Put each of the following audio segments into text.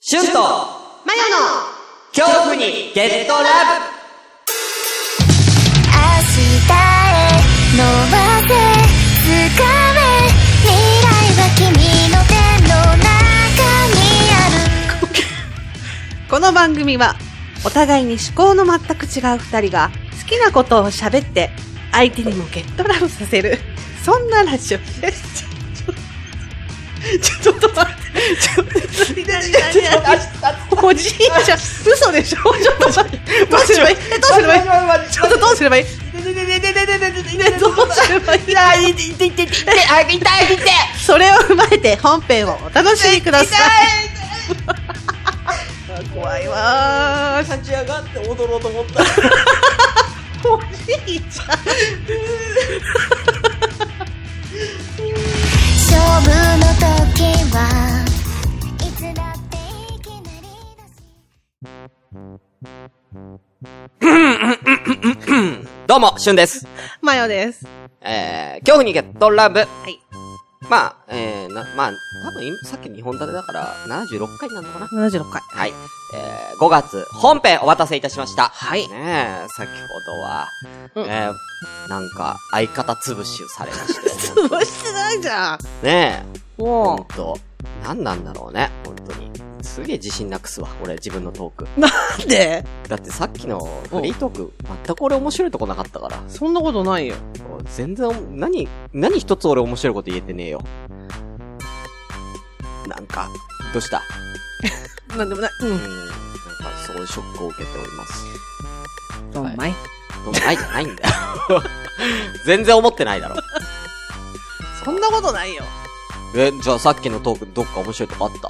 シュンとマヨの恐怖にゲットラブ明日へ伸ばせ掴め未来は君の手の中にあるこの番組はお互いに思考の全く違う二人が好きなことを喋って相手にもゲットラブさせるそんなラジオですちょちょちょっと待ってちょっとおじいちゃん嘘でしょちょっと待ってどうすればいいえどうすればいいちょっとどうすればいいえどうすればいいそれを踏まえて本編をお楽しみください 怖いわー立ち上がって踊ろうと思った。おじいちゃん勝負の時はいつだっていきなりだしどうも、シュンです。マヨです。えー、恐怖にゲットラブ。はい。まあ、えー、な、まあ、多分今、さっき日本立てだから、76回になるのかな76回。はい。えー、5月、本編お渡せいたしました。はいねえ、先ほどは、うんえー、なんか、相方潰しをされま し潰してないじゃん。た。ねえ、ほんもと、なんなんだろうね、ほんとに。すげえ自信なくすわ、俺、自分のトーク。う。なんでだってさっきのフリートーク、全く俺面白いとこなかったから。そんなことないよ。全然、何、何一つ俺面白いこと言えてねえよ。なんか、どうしたなんでもない。ううー。ん、なんかすごいショックを受けております。どんまい。どうもないじゃないんだよ。 全然思ってないだろ。そんなことないよ。え、じゃあさっきのトークどっか面白いとこあった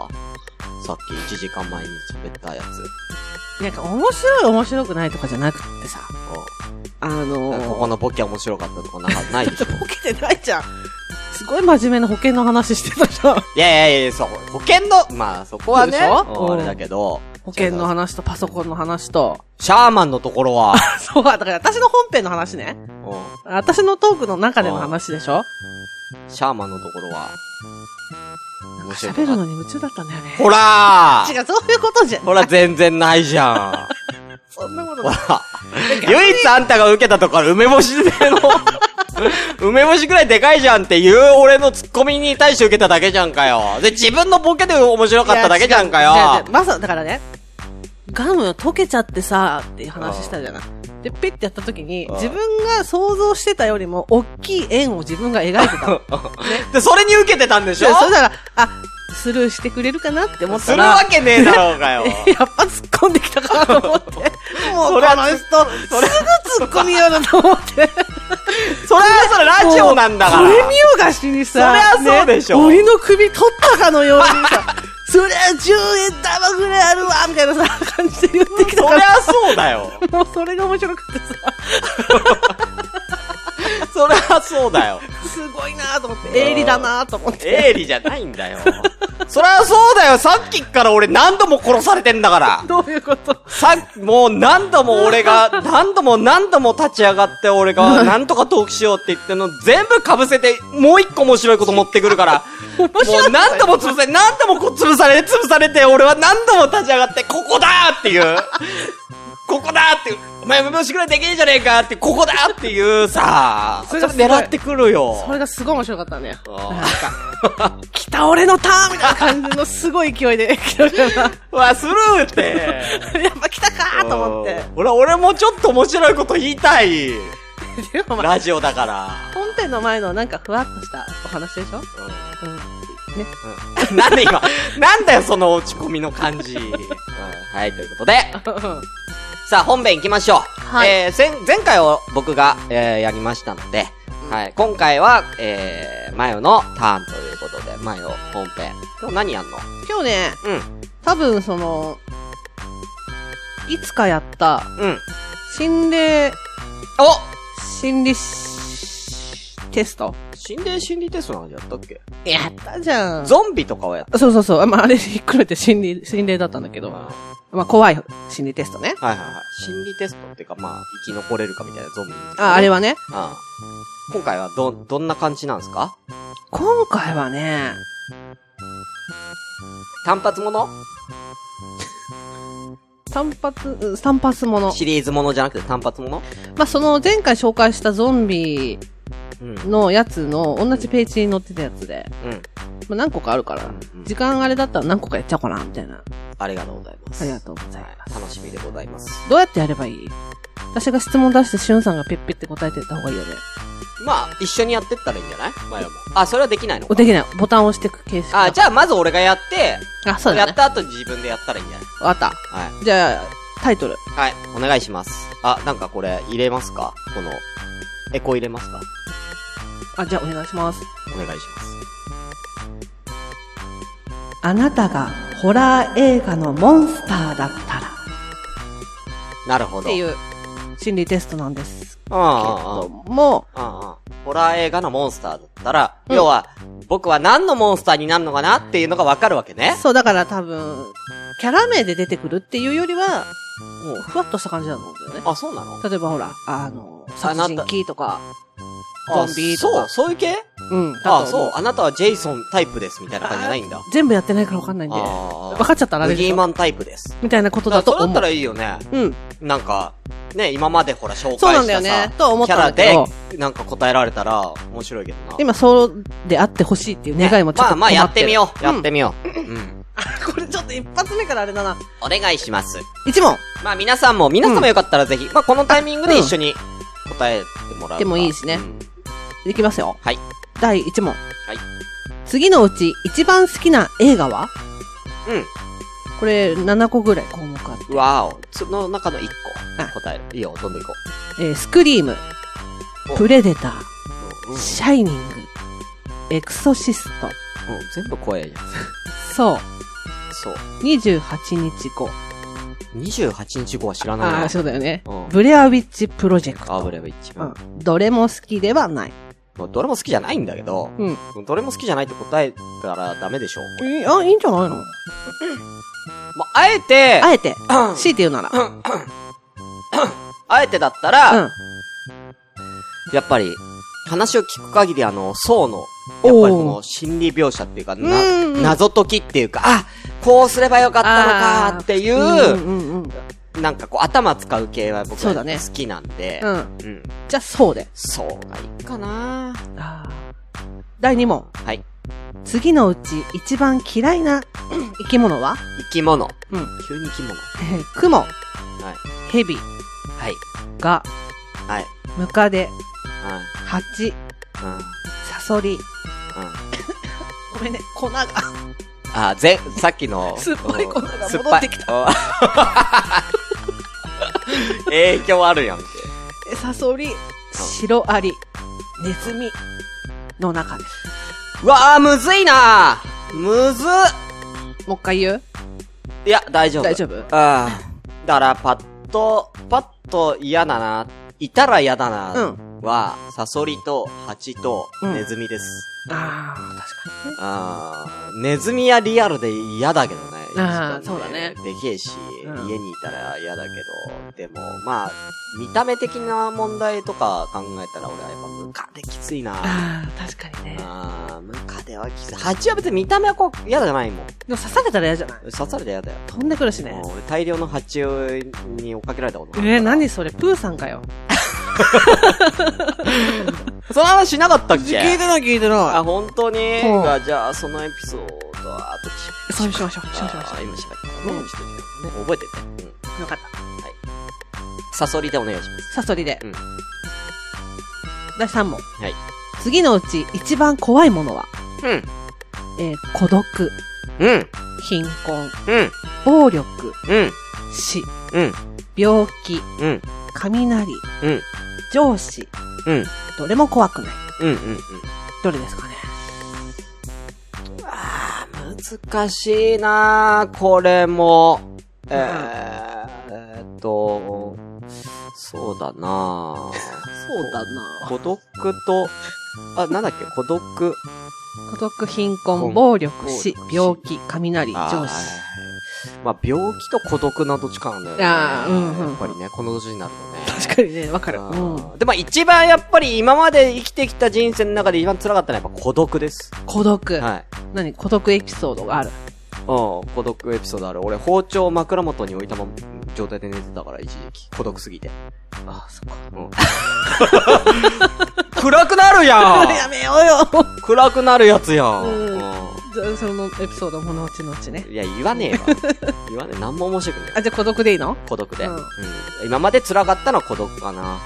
さっき1時間前に喋ったやつ。なんか面白い面白くないとかじゃなくってさ。あうんのなんかここのボケ面白かったとかなんかないで しょボケてないじゃん。すごい真面目な保険の話してたじゃん。いやいやいや、そう、保険の、まあそこはね、そうでしょうんあれだけど、保険の話とパソコンの話と。シャーマンのところ は、そう、だから私の本編の話ね。う私のトークの中での話でしょんシャーマンのところは、面白い喋るのに夢中だったんだよね。ほらー違う、そういうことじゃん。ほら、全然ないじゃん。 そんなことほない。ら。唯一あんたが受けたところ、梅干しで の、梅干しくらいでかいじゃんっていう俺のツッコミに対して受けただけじゃんかよ。で、自分のボケで面白かっただけじゃんかいや違う違うよ違う。まさ、だからね、ガム溶けちゃってさ、っていう話したじゃない。で、ペッてやった時にう、ん自分が想像してたよりも、大きい円を自分が描いてたの。 で、それに受けてたんでしょでそれなら、あ、スルーしてくれるかなって思っすたるら、わけねえだろうかよ。 やっぱ突っ込んできたかなと思って。もう、こ そのれは人、すぐ突っ込みようだと思って。それはそれラジオなんだからもうこれ見よがしにさ。そりゃそうでしょね鬼の首取ったかのようにさ。 そりゃ10円玉ぐらいあるわみたいなさ、感じで言ってきたそかりら。ゃそうだよ。もうそれが面白くてさ、そりゃそうだ よ。すごいなと思って、鋭利だなと思って。営利じゃないんだよ。そりゃそうだよ。さっきから俺何度も殺されてんだから。どういうことさっき、もう何度も俺が、何度も何度も立ち上がって俺が、 なんとかトークしようって言ってんの全部被せて、もう一個面白いこと持ってくるから。もう何度も潰され、何度もこう潰され、潰されて、俺は何度も立ち上がって、ここだーっていう。ここだーっていう。お前、無しくらいできねえじゃねえかって、ここだーっていうさ、それがすごい狙ってくるよ。それがすごい面白かったね。あー来た俺のターンみたいな感じのすごい勢いで来たかうわ、スルーって。ら、やっぱ来たかー と思って。俺、俺もちょっと面白いこと言いたい。でもまあラジオだから。本編の前のなんかふわっとしたお話でしょうん。ね。なんで今、なんだよその落ち込みの感 じ。うんはい、ということで、さあ本編行きましょう。はいえー、前、前回を僕が、えー、やりましたので、はい、今回は、えー、マヨのターンということで、マヨ本編。今日何やんの今日ね、うん、多分その、いつかやった、うん。心霊、お心理し、テスト心霊心理テストなんじゃったっけやったじゃん。ゾンビとかをやっそうそうそう。まあ、あれひっくるめて心理、心霊だったんだけたど。のはまあ、怖い心理テストね。いはいはい。心理テストっていうか、まあ、生き残れるかみたいなゾンビ。あ、あれは。はね。うん。今回はど、どんな感じなんですか今回はね、単発もの単発、うん単発もの。シリーズものじゃなくて単発ものまあ、その前回紹介したゾンビうん。うん。のやつの同じページに載ってたやつで、まあ、何個かあるから、うん時間あれだったら何個かやっちゃおうかな、みたいな。ありがとうございます。ありがとうございはます。楽しみでございます。どうやってやればいい私が質問出して、しゅんさんがペッペって答えてった方がいいよね。まあ、一緒にやってったらいいんじゃない前も。あ、それはできないのおできない。ボタンを押していく形式。あ、じゃあまず俺がやって、あ、そうやだっね。た後自分でやったらいいんじゃないわかっはい。た。じゃあ、タイトル。はい。お願いします。あ、なんかこれ、入れますかこの、エコ入れますかあ、じゃあお願いします。お願いします。あなたがホラー映画のモンスターだったら。なるほっど。てういん。う心理テストなんですあけあ、ども、ああ。ホラー映画のモンスターだったら、要は、僕は何のモンスターになるのかなっていうのがわかるわけね。そうだから多分、キャラ名で出てくるっていうよりは、もうふわっとした感じなんだけどね。あ、そうなの例えばほら、あの、あな殺た人鬼とか、あゾンビとそかう、そういう系うん。あ、だと思そう。あなたはジェイソンタイプです、みたいな感じじゃないんだ。全部やってないからわかんないんで。わあかっちゃったらあブれでギしーょマンタイプです。みたいなことだだとそれだ思ったうら。いいよね。うん。なんか、ね、今までほら紹介したそうさなんだよね。と思っキャたラんだけでど、、なんか答えられたら、面白いけどな。今そうであってほしいっていう願いもちょっまあとまあ、やってみよう。やってみ。みよう。うん。うんこれちょっと一発目からあれだな。お願いします。一問まあ、皆さんも、皆様よかったらぜひ、まあ、このタイミングで一緒に答えてもらうか。でもいいしねうんいきますよ。はい。第1は問。い次のうち一番好きな映画はうん。これ7個ぐらい項目ある。わお。その中の1はい個。答える。いいよ、どんどん行こえースクリームお、プレデタう。うー、んシャイニング、エクソシスト。うん全部怖いじゃん。そう。そう。 28日後。 28日後は知らないあなあ、。そうだよねうん。ブレアウィッチプロジェクト。あぶれば一うん番。。どれも好きではない。もうどれも好きじゃないんだけど、うん。どれも好きじゃないって答えたらダメでしょ。いあ、いいんじゃないのもうあえて、あえて、あ強いて言うなら。うあえてだったら、ん。やっぱり、話を聞く限りあの、層の、やっぱりこの心理描写っていうか、なうんうん謎解きっていうか、あこうすればよかったのかっていうんう、うんうん。なんかこう頭使う系は僕そはうだね好きなんで、うん。うん。じゃあ、そうで。そうがいいかなあー第2問。はい。次のうち一番嫌いな 生き物は 生き物。うん。急に生き物。はえー雲、蛇、い。ガ、はい。ムカデ、はい。ハチ、うん。うん。サソリ。うん。ごめんね、粉が。 あ、ぜ、さっきの。酸っぱい粉が 酸戻ってきた。うん 影響あるやんけ。えサソリ、シロアリ、ネズミの中でうわあ、むずいなーむずっもう一回言ういや、大丈夫。大丈夫。夫ああ。だから、パッと、パッと嫌だな。いたら嫌だな。うんは、サソリと、ハチと、うんネズミです。ああ、確かにね。ああ、ネズミはリアルで嫌だけどね。あー一番そうだねでけえし、うん家にいたら嫌だけど、でも、まあ、見た目的な問題とか考えたら俺はやっぱムカデきついな。ああ、確かにね。でああ、ムカデはきつい。蜂は別に見た目はこう嫌じゃないもん。も刺されたら嫌じゃな刺いされたら嫌だよ。飛んでくるしねも。う俺大量の蜂に追っかけられたことえー、な何それプーさんかよ。その話しなかったっけてない聞いてあ、な本当に、うんあじゃあ、そのエピソードは後でしい。そうしましょう。そうしましょあ今しゃべった。うんもうちょっとね覚えてて。うんう。よかった。サソリでお願いします。サソリで。うん第3問。はい。次のうち一番怖いものは、うん。えー孤独、うん。貧困、うん。暴力、うん。死、うん。病気、うん。雷、うん。上司、うん。どれも怖くない。うん。うん。どれですかね。あー、難しいなーこれも。えー、えーっと、そうだなそうだな孤独と、あ、なんだっけ、孤独。孤独、貧困、困暴力、死暴、力病気、雷、あー上はい司。まあ、病気と孤独などっちかなんだよね。あーうんうんやっぱりね、この年になるとね。確かにね、わかる。うあん。ーでも一番やっぱり今まで生きてきた人生の中で一番辛かったのはやっぱ孤独です。孤独。はい。何孤独エピソードがある。うん、孤独エピソードある。俺、包丁を枕元に置いたまま、状態で寝てたから、一時期。孤独すぎて。あ、そっか。暗くなるや やんめようよ。 暗くなるやつやん。うんうじゃあそのエピソードものうちのうちねん。いや、言わねえわ。言わねえ。なんも面白くない。あ、じゃあ孤独でいいの孤独で。うんうん今まで辛かったのは孤独かな。うん。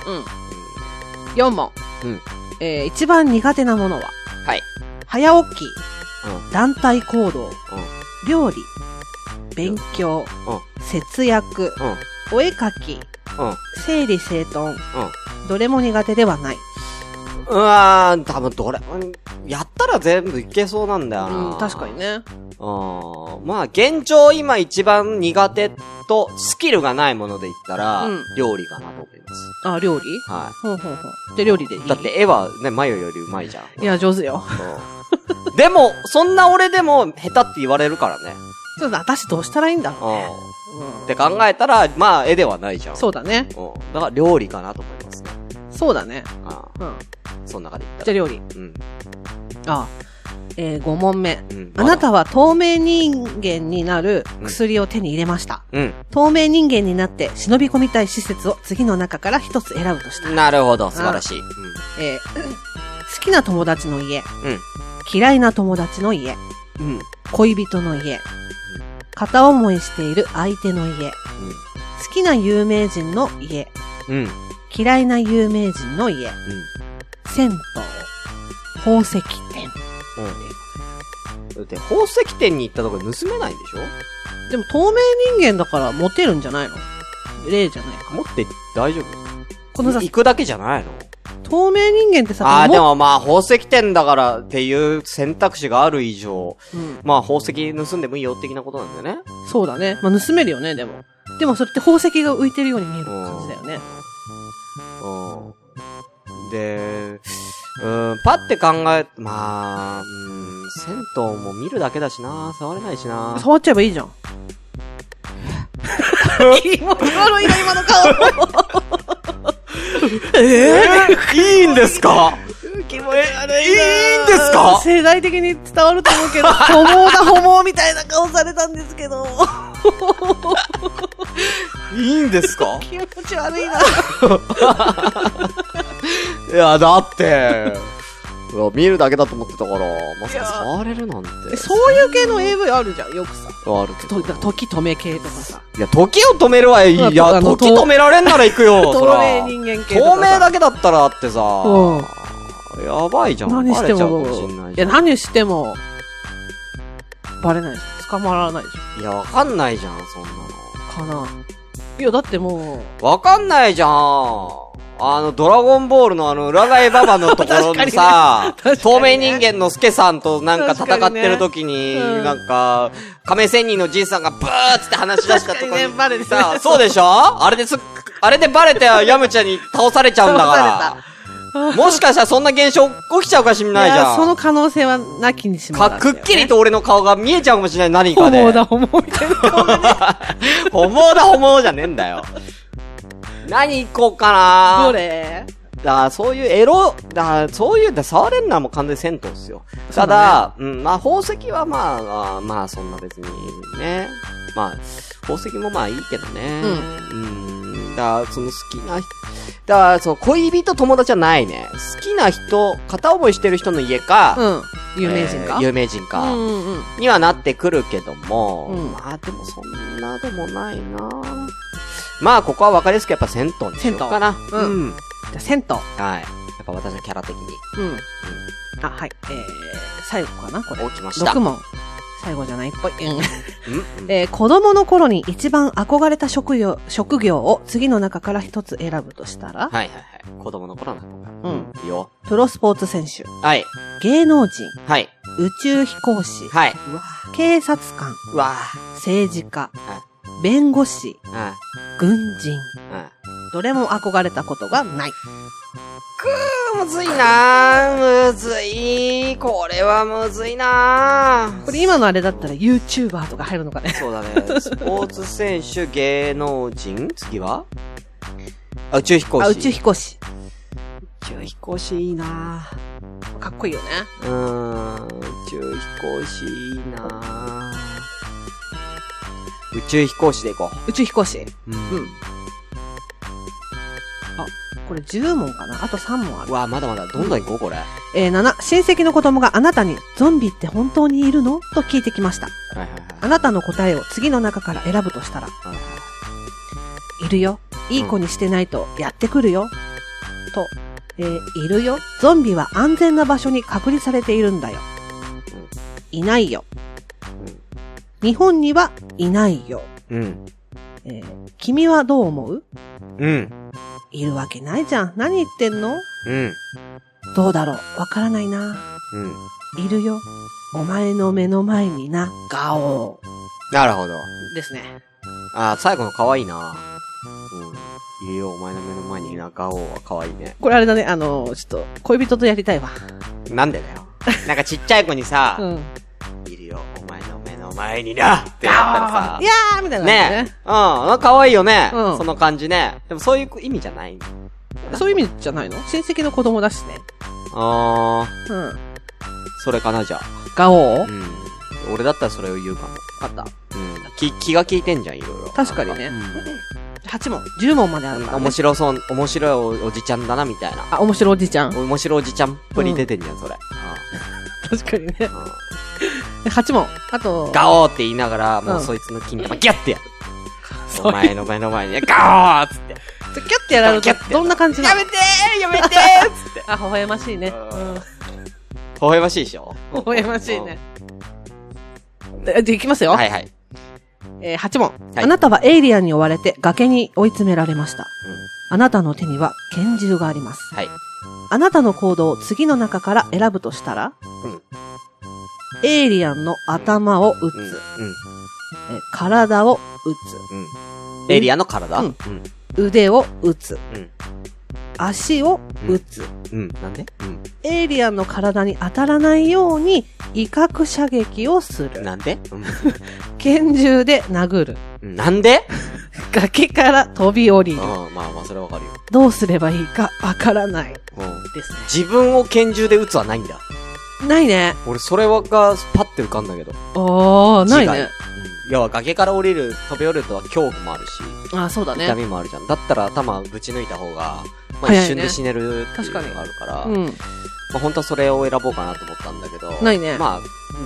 4問。うん。えー、一番苦手なものははい。早起き、うん団体行動、料理、勉強、う節約、ん。うん。お絵かき、うん。うん。整理整頓、どれも苦手ではない。うわーん、多分どれ、うんやったら全部いけそうなんだよな。うん、確かに。ね。うん。まあ、現状今一番苦手とスキルがないもので言ったら、うん料理かなと思います。あ、料理はほうほうほう。で、料理でいい。いだって、絵はね、マヨよりうまいじゃ ん。いや、上手よ。うんでも、そんな俺でも下手って言われるからね。ちょっと私どうしたらいいんだろうね。ううんん。って考えたら、まあ、絵ではないじゃん。そうだね。うん。だから料理かなと思いますね。そうだね。あうん。あ、そんな中で言っじたゃあら。料理。うん。あえー、5問目。うん。あなたは透明人間になる薬を手に入れました。うん。透明人間になって忍び込みたい施設を次の中から一つ選ぶとした。なるほど、素晴らしい。えー好きな友達の家。うん嫌いな友達の家。うん。うん。恋人の家。片思いしている相手の家。好きな有名人の家。うん。うん。嫌いな有名人の家。銭湯。宝石店。うん。だって、宝石店に行ったところ盗めないんでしょでも透明人間だからモテるんじゃないの例じゃないか。持って大丈夫このさ、行くだけじゃないの透明人間ってさ、ああ、もでもまあ、宝石店だからっていう選択肢がある以上、うん、まあ、宝石盗んでもいいよ的なことなんだよね。そうだね。まあ、盗めるよね、でも。でもそれって宝石が浮いてるように見える感じだよね。うん。で、うん、パって考え、まあ、うん、銭湯も見るだけだしな、触れないしな。触っちゃえばいいじゃん。 気持ち悪いな、今の顔。え ー、いいんですか気持ち悪い。いいんですか世代的に伝わると思う けど、ホモだ、ホモみたいな顔されたんですけど。いいんですか気持ち悪いな。いや、だって、 いや見るだけだと思ってたから、まさかいや触れるなんて。 そういう系の AV あるじゃん、よくさ。あるけとど。時止め系とかさ。いや、時を止めるわい。いまああや、の時止められんなら行く よ、透そら。明人間系とか透さ。明だけだったら、だってさ、やばいじゃん。何しバてレちゃうかももしんないいじゃやん。何してもバレないでしょ捕まらないでしいや、わかんないじゃん、そんなの。ょかないやだってもうわかんないじゃん。あの、ドラゴンボールのあの、裏返ババのところのさ確かにね、透明人間のスケさんとなんか戦ってる時に、確かにねうんなんか、亀仙人のじいさんがブーっつって話し出したと確こかにに ねバレてさ、そうでしょあれです、あれでバレてヤムちゃんに倒されちゃうんだから。もしかしたらそんな現象起きちゃうかしんないじいやそゃん。の可能性はなきにしもあからずくだよっきりと俺の顔が見えちゃうかもしれない、何ホかで。モだホモみたいな顔がねほもだほもじゃねえんだよ。何行こうかなどれだからそういうエロ、だからそういう、だ触れるのはもう完全に銭湯っすよ。そうただだ、うん、まあ宝石はまあまあ、まあそんな別にね。まあ、宝石もまあいいけどね。うん。だからその好きな人、だからその恋人友達はないね。好きな人、片思いしてる人の家か、うん有名人えか、ー有名人か、うんうんうんにはなってくるけども、うんまあでもそんなでもないなまあここは分かりやすくやっぱ銭湯にしようかな。湯うんうんじゃあ銭湯はい。やっぱ私のキャラ的にうんあはいえー、最後かなこれ起きました。 6問最後じゃないっぽい、うんうんえー子供の頃に一番憧れた職業職業を次の中から一つ選ぶとしたはら、いはいはい。子供の頃なのか。うん。いいよ。プロスポーツ選手、はい。芸能人、はい。宇宙飛行士、はい。警察官、うわ政治家は、弁護士、ぁ。はい。軍人、はい。どれも憧れたことがない。むずいなぁ。むずい。これはむずいなぁ。これ今のあれだったら YouTuber とか入るのかね。そうだね。スポーツ選手、芸能人、次はあ、宇宙飛行士。あ、宇宙飛行士。宇宙飛行士いいなぁ。かっこいいよね。うーん、宇宙飛行士いいなぁ。宇宙飛行士で行こ宇宙飛行士。う。うんうん。あ、これ10問かなあと3問あうる。わ、まだまだ、どんどん行こう、これ。はえー、7、親戚の子供があなたにゾンビって本当にいるのと聞いてきました。いはいあなたの答えを次の中から選ぶとしたら、はい。いるよ。いい子にしてないとやってくるよ。と、えーいるよ。ゾンビは安全な場所に隔離されているんだよ。いないよ。日本にはいないよ。うん。えー君はどう思ううん。いるわけないじゃん。何言ってんのうん。どうだろうわからないな。うん。いるよ。お前の目の前にな、ガオなるほど。ー。ですね。あー、最後の可愛いな。うん。いいよ、お前の目の前に田舎王は可愛いね。これあれだね、あのーちょっと、恋人とやりたいわ。なんでだよ。なんかちっちゃい子にさ、うん。いるよ、お前の目の前になってやったらさい、やーみたいな感じでね。うん、可愛いよね、うんその感じね。でもそういう意味じゃない。ね。そういう意味じゃないの親戚の子供だしね。あー、うん。それかな、じゃあ。ガオーうん。俺だったらそれを言うかも。あった。うん。気、気が利いてんじゃん、いろいろ。確かにねなん8問。10問まであるうかんら、面ね。白そう、面白いおおじちゃんだな、みたいな。あ、面白いおじいちゃん。面白いおじちゃんっぷり出てんじゃん、それ。確かにね。うん。うん8問。あと、ガオーって言いながら、もううんそいつの金玉ギャッてやる。 そうお前の目の前に、ガオーっつって。キャッてやられるキャとッてやるどんな感じなやのめてーやめてーっつって。 あ、微笑ましいね。うんう微笑ましいでしょん。微笑ましいね。えじゃあ、いきますうよ。ん。はいはい。えー、8問、はいあなたはエイリアンに追われて崖に追い詰められました。あなたの手には拳銃があります。はい。あなたの行動を次の中から選ぶとしたら、うんエイリアンの頭を撃つ、うん。えー体を撃うん。うん。エイリアンの体うんうん。つ、腕を撃つ、うん足を撃つ、うん。なんでうエイリアンの体に当たらないように威嚇射撃をする。なんで拳銃で殴る。うん。なんで崖から飛び降りうん。る。まあまあ、それはわかるよ。どうすればいいかわからない。うん。ですね。自分を拳銃で撃つはないんだ。ないね。俺、それはが、パッて浮かんだけど。ああ、な自い害ね。。うん要は、崖から降りる、飛び降りるとは恐怖もあるし、ああ、そうだ痛ね。みもあるじゃん。だったら頭ぶち抜いた方が、まあ早いね一瞬で死ねるっていう確かにのがあるから、うん。まあ本当はそれを選ぼうかなと思ったんだけど。ないねまあ、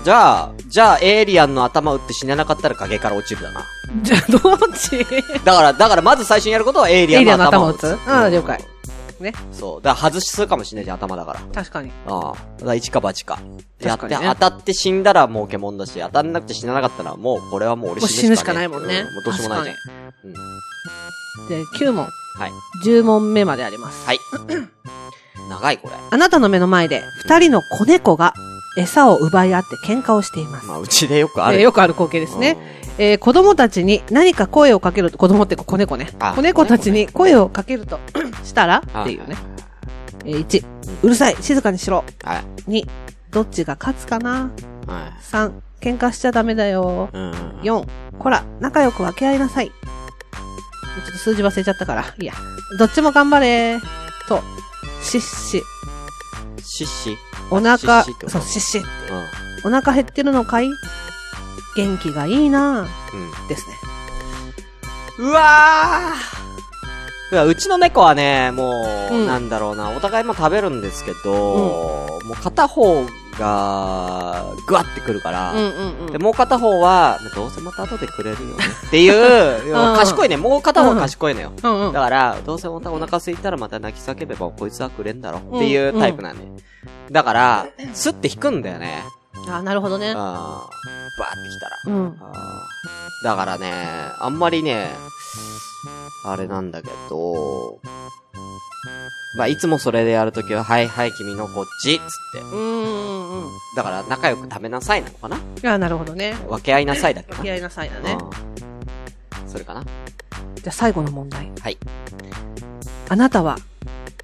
じゃあ、じゃあエイリアンの頭打って死ななかったら崖から落ちるだな。じゃあ、どっ ちだから、だからまず最初にやることはエイリアンの頭を打つ。エイリアンの頭を打つああ了解ね。そう。だから外しするかもしれないじゃん、頭だから。確かに。ああ。だから一か八か。やっ確て、かにね当たって死んだらもう獣だし、当たんなくて死ななかったらもうこれはもう俺もう死死ぬぬししかねかなえいもんねう。どうしようもないじゃん。うん。で、9問。はい。 10問目まであります。はい。長いこれ。あなたの目の前で、二人の子猫が餌を奪い合って喧嘩をしています。まあ、うちでよくあえる。ーよくある光景ですね。えー子供たちに何か声をかけると、子供って子猫ねあ。子猫たちに声をかけると、 したらうん。っていうね。えー1、うるさい、静かにしろ。はい。はい。 2、どっちが勝つかなはい。 ?3、喧嘩しちゃダメだよ。うん。 4、こら、仲良く分け合いなさい。ちょっと数字忘れちゃったから、いいや。どっちも頑張れと、しっし、シッシ。お腹、しっしってことそう、しっし、うん。お腹減ってるのかい元気がいいなぁ、ですね。うわーいやうちの猫はね、もう、うんなんだろうな、お互いも食べるんですけど、もう片方が、ぐわってくるから、んで、もう片方は、どうせまた後でくれる よね。っていう、要は賢いね。もう片方は賢いのよ。うんうんだ。から、どうせまたお腹空いたらまた泣き叫べば、こいつはくれんだろ。っていうタイプなんで。だから、スッて引くんだよね。あ、なるほどねうん。。バーってきたら。うん。あーだからね、あんまりね、あれなんだけど、まあ、いつもそれでやるときは、はいはい、君のこっち、つって。うんうんうん。だから、仲良く食べなさいなのかなあ、なるほどね。分け合いなさいだっけ分け合いなさいだな。ね。うんそれかなじゃあ最後の問題。はい。あなたは、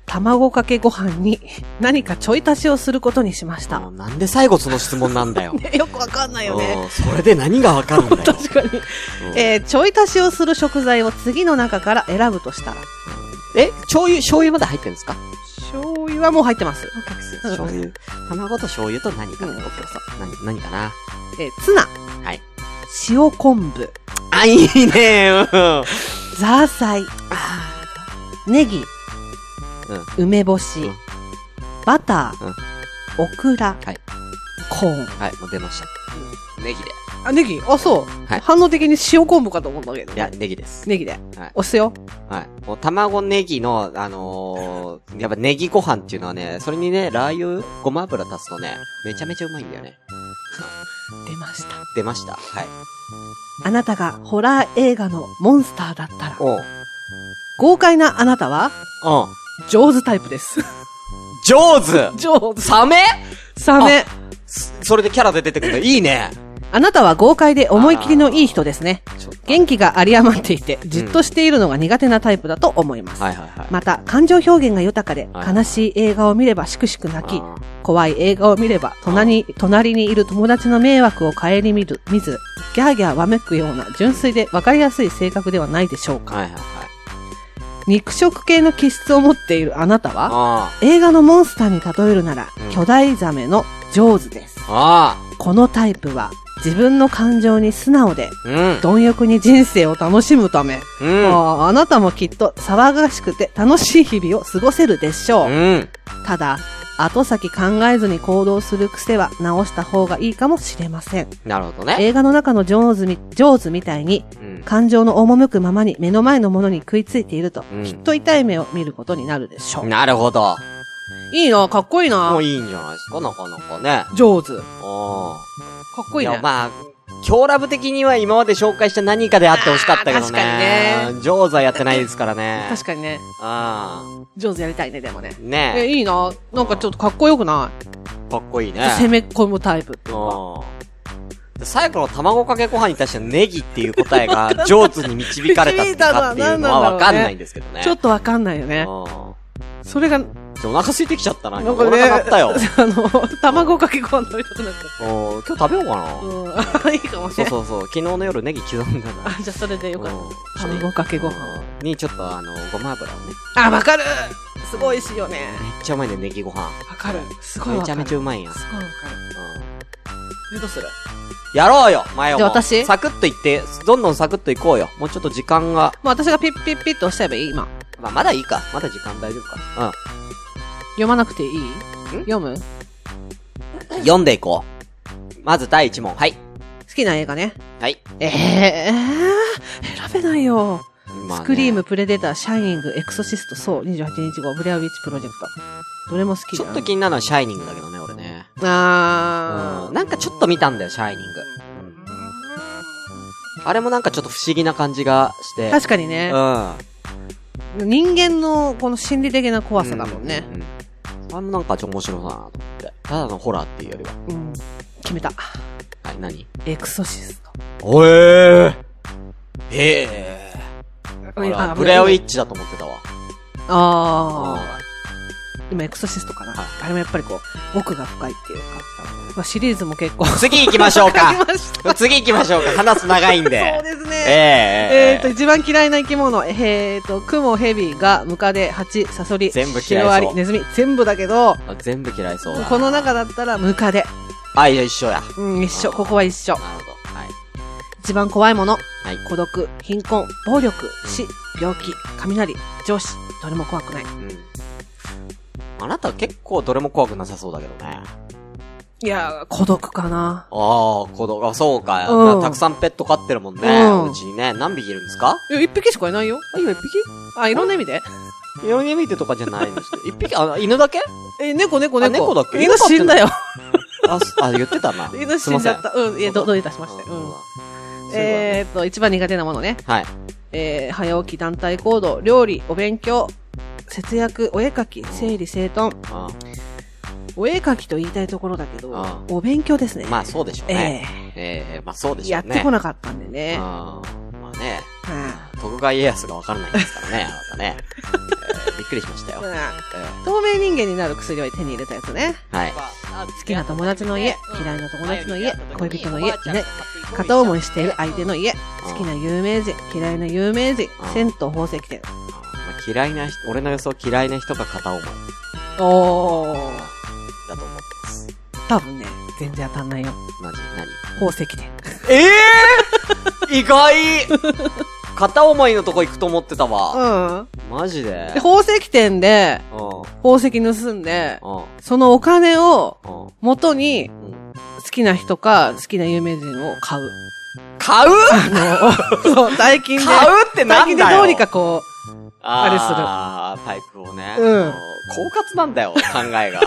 卵かけご飯に 何かちょい足しをすることにしましもたう。なんで最後その質問なんだよ。 よくわかんないよね。うんそれで何が分かるんだよ。確かに。うんえー、ちょい足しをする食材を次の中から選ぶとしたら、え、醤油、醤油まで入ってるんですか醤油はもう入ってます。醤油。卵と醤油と何かな、うん何何かなえー、ツナ。はい。塩昆布、あ、いいねうん。ザーサイ、ネギ、梅干し、うんバター、うんオクラ、はいコーン。はい、もう出ました。ネギで。あ、ネギあ、そう。はい反応的に塩昆布かと思うんだけど。いや、ネギです。ネギで。はい押すよ。はい。もう卵ネギの、あのー、やっぱネギご飯っていうのはね、それにね、ラー油、ごま油足すとね、めちゃめちゃうまいんだよね。出ました。出ました。はい。あなたがホラー映画のモンスターだったら、おう。豪快なあなたは、うん。上手タイプです。 上手上手。サメサメ。それでキャラで出てくるのいいね。あなたは豪快で思い切りのいい人ですね。ちょっと元気が有り余っていて、じっとしているのが苦手なタイプだと思います。はいはいはい。また、感情表現が豊かで、はい悲しい映画を見ればしくしく泣き、あ怖い映画を見れば、隣に、隣にいる友達の迷惑を顧みる、見ず、ギャーギャーわめくような純粋で分かりやすい性格ではないでしょうーか。はいはいはい。肉食系の気質を持っているあなたは、あ映画のモンスターに例えるなら、うん巨大ザメのジョーズです。あ。あこのタイプは、自分の感情に素直で、あ。うん。貪欲に人生を楽しむため、うん。あーあなたもきっと騒がしくて楽しい日々を過ごせるでしょうう。ん。ただ、後先考えずに行動する癖は直した方がいいかもしれません。なるほどね。映画の中のジョーズみ、ジョーズみたいに、うん。感情の赴くままに目の前のものに食いついていると、うんきっと痛い目を見ることになるでしょう。なるほど。いいな、かっこいいもなう。いいんじゃないですか、なかなかね。ジョーズ。かああ。っこいいいね。や、まあ、強ラブ的には今まで紹介した何かであってほしかったけどね。あー確かにね。上手はやってないですからね。確かかにね、に。あジョーズやりたいね、でもねあ。。え、ねいいな。なんかちょっとかっこよくなかっこいいいね。攻め込むタイプっていうか。うん。最後の卵かけご飯に対してのネギっていう答えが上手に導かれたのかっていうのはわかんないんですけどね。ちょっとわかんないよね。と。それが、うん。お腹空いてきちゃったな。な今んおかね、腹鳴ったよ。 あの、卵かけご飯食べたくなっちゃっうん今日食べようかなた。。うん、 いいかもね。そうそうそう。昨日の夜ネギ刻んだな。あ、じゃあそれでよかっうた。ん卵かけご飯。にちょっとあの、ごま油をね。あ、わかるすごい美味しいよね。めっちゃうまいね、ネギご飯。わかる。すごいめわちかゃる。めちゃうまいやん。すごいわかる。えどうするやろうよ、前を。じゃあ私サクッといって、どんどんサクッといこうよ。もうちょっと時間が。もう私がピッピッピッと押しちゃえばいい今。まあ、まだいいか。まだ時間大丈夫か。読まなくていい読うむん。読んでいこう。まず第一問。はい。好きな映画ね。はい。ええー、選べないよ。まあねスクリーム、。プレデター、シャイニング、エクソシスト、そう、28日後、ブレアウィッチプロジェクト。どれも好きちだょっと気になるのはシャイニングだけどね、俺ね。あうー。ん。なんかちょっと見たんだよ、シャイニング。うんあれもなんかちょっと不思議な感じがして。確かにね、か人間のこの心理的なう怖ん。さだもんねう。ん。あれもなんかちょっと面白いなと思って。ただのホラーっていうよりは。うん。決めた。はい、何エクソシスト。おえー、へえうんー。あブレアウィッチだと思ってたわ。あー。今、エクソシストかなはい。あれもやっぱりこう、奥が深いっていうか。まあ、シリーズも結構。次行きましょうわか。りました次行きましょうか。話す長いんそうで。ですえね。ええー、と、一番嫌いな生き物、えー、と、クモ、ヘビ、ガ、ムカデ、ハチ、サソリ、全部嫌いそうシロアリ、ネズミ、全部だけど、あ全部嫌いそうだ。この中だったらムカデ。あ、いや、一緒や。うん、一緒。ここは一緒。なるほど。はい。一番怖いもの、はい。孤独、貧困、暴力、死、病気、雷、上司、どれも怖くない。うん。あなた結構どれも怖くなさそうだけどね。いやー、孤独かな。ああ、子供が、そうか、うんたくさんペット飼ってるもんね。うんうちにね。何匹いるんですかいや、一匹しかいないよ。あ、今一あ、いろんな意味で。匹夜に見てとかじゃないんですけど。一匹、あ、犬だけえ、猫、猫、あ猫。猫だっけ犬死んだよ。。あ、すあ、言ってたな 犬死んじゃった。うん、いや、ど、どういたしまして。すいません。うん。うんえーっと、一番苦手なものね。はい。えー、早起き、団体行動、料理、お勉強、節約、お絵かき、整理整頓。あお絵かきと言いたいところだけどあ、お勉強ですね。まあ、そうでしょうえね。ええまあ、そうでえしょやうっね。てこななかったんでね。まあね、は徳川家康がわからないですからね、あなたね。えーびっくりしましたあよ。うんえ透明人間になる薬を手に入れたやつね。ーはい。好きな友達の家、嫌いな友達の家、恋人の家、ね、片思いしている相手の家、好きな有名人、嫌いな有名人う、ん銭湯宝石店。まあ嫌いな人、俺の予想嫌いな人が片思いおー。だと思ってます。多分ね、全然当たんないよ。マジ何宝石店。ええー、意外 片思いのとこ行くと思ってたわ。うん。マジでで、。宝石店でうん。うん。宝石盗んで、うん。そのお金をうん元に好きな人か好きな有名人を買う。買うあの、そう、 最近で。買うってな最ん近だでよどうにかこあれするあータイプをね。うんあの狡猾 なんだよ、考えが。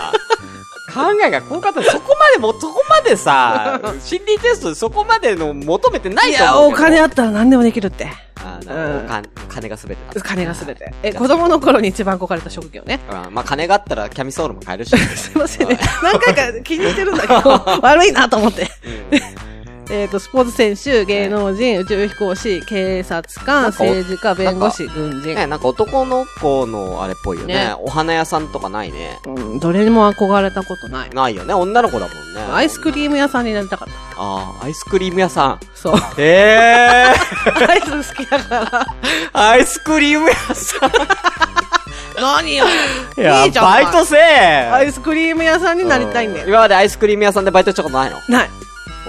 考えが狡猾だそこまでも、そこまで さ、心理テストでそこまでの求めてなう。いいとや、思うおけど。金あったら何でもできるって。あの、うんお金金がすべてだ。金が全て。え、え、子供の頃に一番憧れた職業ね。うんまあ、金があったらキャミソールも買えるし。 すいませんね。何回か気にしてるんだ けど、悪いなと思って。うんえっと、スポーツ選手、芸能人、宇宙飛行士、警察官、なんかお政治家、弁護士、軍人。ね、なんか男の子のあれっぽいよね。ねお花屋さんとかないね。うん、どれにも憧れたことない。ないよね。女の子だもんね。アイスクーム。リーム屋さんになりたかった。ああ、アイスクリーム屋さん。 そう。ええアイス好きだから。ー、 アイスクリーム屋さん。何よ。いや、いいじゃん。バイトせえアアイスクリーム屋さんになりたいんだよ。今までアイスクリーム屋さんでバイトしたことないのない。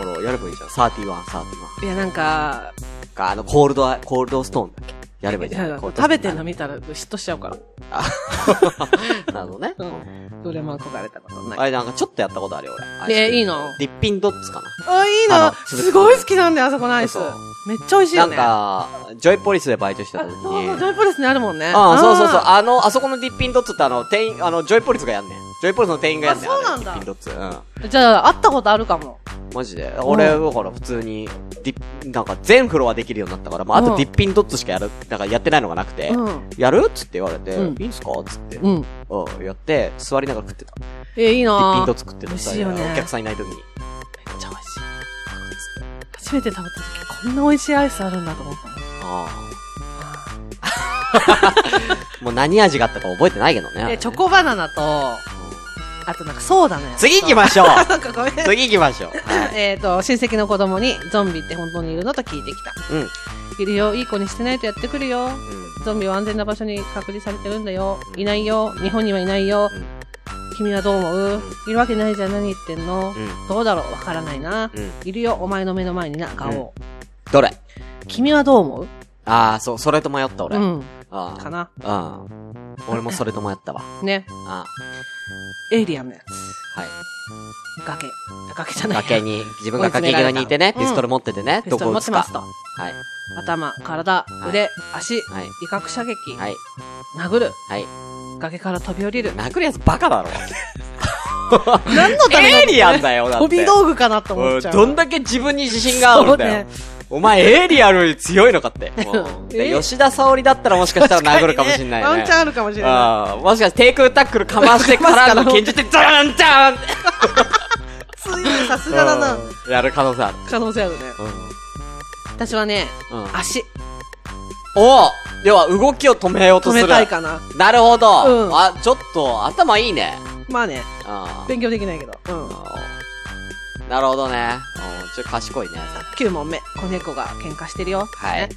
ほら、やればいいじゃん。サーティワン、サーティワン。いや、なんか、か、あの、コールドア、コールドストーンだっけやればいいじゃん。コールドス食トーべンてんの見たら嫉妬しちゃうから。 なるほどね。うんどれも憧れたことなあい。れなんかちょっとやったことあるよ、俺。えアイスクリームいいのリッピンドッツかな。あ、いいあなの。すごい好きなんだよ、あそこのアイスそう。めっちゃ美味しいなよんね。か、ジョイポリスでバイトしてたあ、時そうに。そう、ジョイポリスにあるもんね。ああ、そうそうそう。ああの、あそこのディッピンドッツってあの、店員、あの、ジョイポリスがやんねん。ジョイポリスの店員がやんねん。あそうれなんだディッピンドッツ。うじゃあ、会ったことあるかも。ん。マジで。俺、だから普通に、ディッなんか全フロアできるようになったから、まあ、あうとんディッピンドッツしかやる、なんかやってないのがなくて、うん。やるっつって言われて、うんいいんすかっつって、ううん。ん、やって、座りながら食ってた。デえ、いいィッピなンドッツ食ってた。美味しいよねお客さんいない時に。めっちゃ美味しい。初めて食べた時、こんな美味しいアイスあるんだと思ったの。ああ。 もう何味があったか覚えてないけどねえ、。チョコバナナと、あとなんかソーダね。次行きましょうなんかごめん。次行きましょう。はいえっと、親戚の子供に、ゾンビって本当にいるのと聞いてきた。うん。いるよ、いい子にしてないとやってくるうよ。んゾンビは安全な場所に隔離されてるんだよ。いないよ。日本にはいないよ。うん君はどう思ういるわけないじゃん。何言ってんの、うんどうだろうわからないな、うんいるよ。お前の目の前にな、顔を。どれ君はどう思うああ、そう、それと迷った俺。うん。ああかな。うん。俺もそれと迷ったわ。ね。あエイリアンのやあはい。 つ。崖。崖じゃない。崖に、自分が崖際にいてね、追い詰められたピストル持っててね、ピどストこ撃ル持ってつまかす。と。はい。頭、体、腕、足、はい。威嚇射撃、はい。殴る、はい。崖から飛び降りる。殴るやつバカだろ。 何のためのエイリアンだよ、だって。飛び道具かなと思っちゃう。どんだけ自分に自信があるんだよ。お前、エイリアンより強いのか って。もうでえ吉田沙織だったらもしかしたら殴るかもしんないね。ワンチャンあるかもしれない。ああ、もしかして、テイクタックルかましてからの拳銃って、ザ ーンザーンって。強い、さすがだな。うんやる可能性ある。可能性あるね。私はね、うん。うん足、おお要は動きを止めようと止する。めたいかな。なるほど、うんあ、ちょっと、頭いいね。まあね、あー勉強できないけど。うん。あーなるほどね。うんちょっと賢いね。 9問目、子猫が喧嘩してるよ。はいね。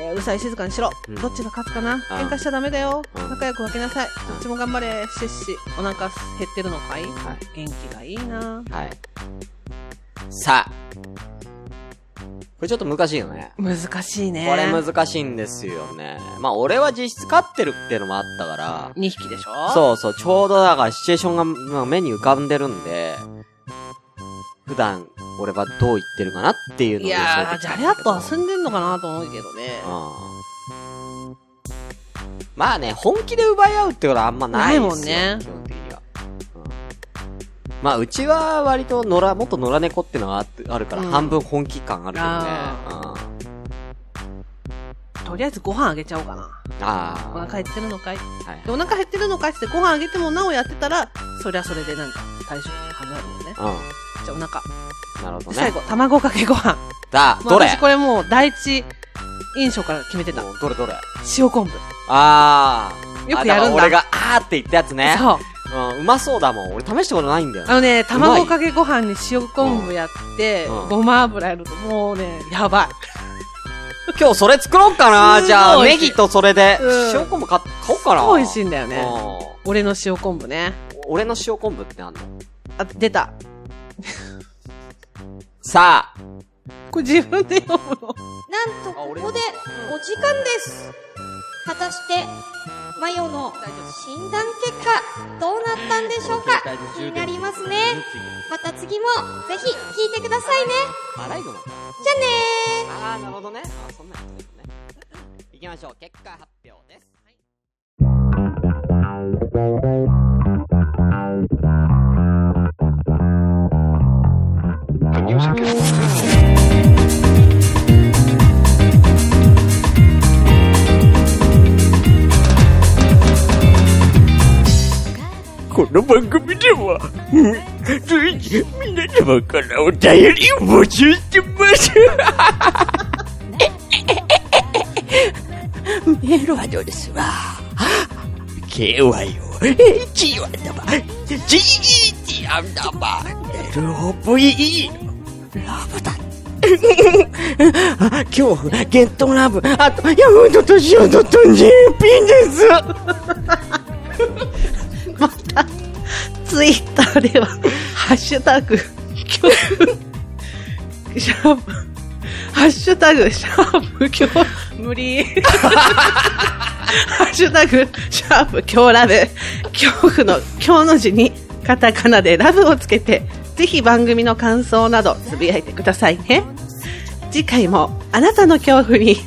えーうるさい静かにしろ。うんどっちが勝つかな喧嘩しちゃダメだよ。うん仲良く分けなさい。どっちも頑張れ。シェッシ。お腹減ってるのかいはい。元気がいいなはい。さあ。これちょっと難しいよね。難しいね。これ難しいんですよね。まあ、俺は実質勝ってるっていうのもあったから。 2匹でしょそうそう、ちょうどだからシチュエーションがまあ目に浮かんでるんで、普段、俺はどう言ってるかなっていうのをい予想やでー、きじたゃんれあだっけどと遊んでんのかなと思うけどね。うんまあね、本気で奪い合うってことはあんまないですよないもんね基本的には。うんまあ、うちは割と野良、元野良猫ってのがあってあるから、うん半分本気感あるけあどね。とりあえずご飯あげちゃおうかな。うんああ。お腹減ってるのかいはいでお腹減ってるのかいってご飯あげてもなおやってたら、そりゃそれでなんか対処考えるもんね。うじゃあお腹。ん。なるほどで最ね。後、卵かけご飯。だ、まあどれ私これもう第一印象から決めてた。もうどれどれあ塩昆布。あー。よくやるんだあから俺が、あーって言ったやつね。そう。うん、うまそうだもん。俺試したことないんだよあね。のね、うまい卵かけご飯に塩昆布やって、うんごま油やるともうね、やばい。今日それ作ろうかすなごいじゃあ、ネギとそれでうん。塩昆布買っ買おうかな。美味しいんだよね。うん俺の塩昆布ね。俺の塩昆布ってあんのあ、出た。さあ、これ自分で読むの。なんと、あこ俺こで、お時間です。果たして、マヨの診断結果、どうなったんでしょうか大丈夫気になりますね。また次も、ぜひ、聞いてくださいね。辛いのもじゃねー。ああなるほどねあそんなことですねいきましょう結果発表ですこの番組では、 うん随時皆様からお便りを募集してます。 メールアドレスは、KYOHU アンダバー、GET アンダバー、LOVE ラブだ。恐怖、ゲットラブ、あと、ヤフードとシオドと JP です。また、ツイッターでは、ハッシュタグ、 恐怖、シャープ、ハッシュタグ、シャープ、恐怖、無理。ハッシュタグ、シャープ、恐ラブ、恐怖の、今日の字に、カタカナでラブをつけて、ぜひ番組の感想など、つぶやいてくださいね。次回も、あなたの恐怖に、